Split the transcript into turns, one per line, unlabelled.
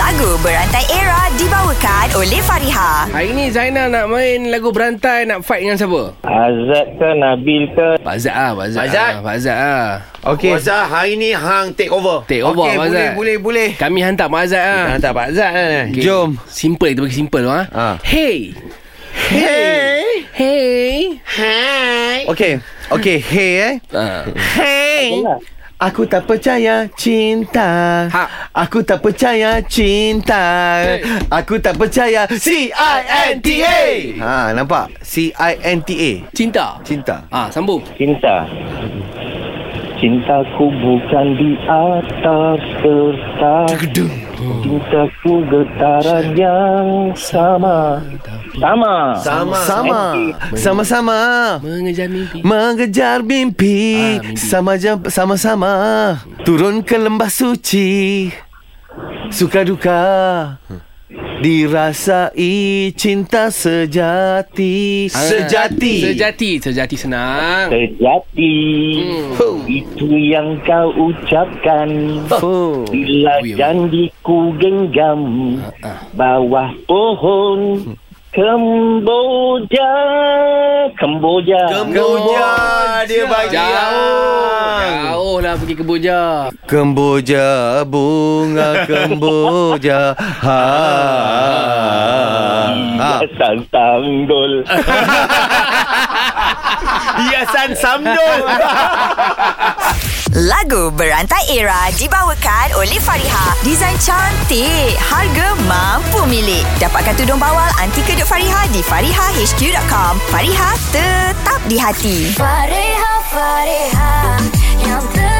Lagu Berantai Era dibawakan oleh Fariha.
Hari ni Zainal nak main lagu berantai Nak fight dengan siapa?
Azad ke Nabil ke
Pak Zat lah Pak Zat,
Pak Zat.
lah, Pak Zat lah
Okay. Wazah hari ni hang take over.
Take over
okay,
Pak
boleh,
Zat
boleh, boleh.
Kami hantar Pak Zat lah
Kita hantar Pak Zat lah. ni.
Okay.
Jom.
Simple kita bagi simple tu ha?
Ha.
Hey
Hey.
Hey
Okay. Okay, hey eh.
ha.
Hey. Aku tak percaya cinta
Ha.
Aku tak percaya cinta
Hey.
Aku tak percaya C-I-N-T-A Ha nampak C-I-N-T-A
Cinta
Cinta
Ah, sambung
cinta? Cintaku bukan di atas kertas Cintaku getaran yang sama Sama
Sama Sama-sama
Mengejar mimpi
Mengejar mimpi,
Ah, mimpi.
sama jam, sama-sama turun ke lembah suci suka duka
Hmm.
dirasai cinta sejati
Ah, Sejati Sejati senang
Sejati Hmm. Itu yang kau ucapkan
Oh.
Bila
Oh, ya.
janjiku genggam
ah.
Bawah pohon Kemboja Kemboja
Kemboja dia bagi
Jauh
hang.
Jauh lah pergi ke Boja
Kemboja bunga kemboja ha,
Ah.
ha.
Hiasan tanggul
Hiasan samdul
Lagu Berantai Era dibawakan oleh Fariha. Desain cantik, harga mampu milik. Dapatkan tudung bawal anti kedut Fariha di farihahq.com. Fariha tetap di hati.
Fareha, Fareha, yang ter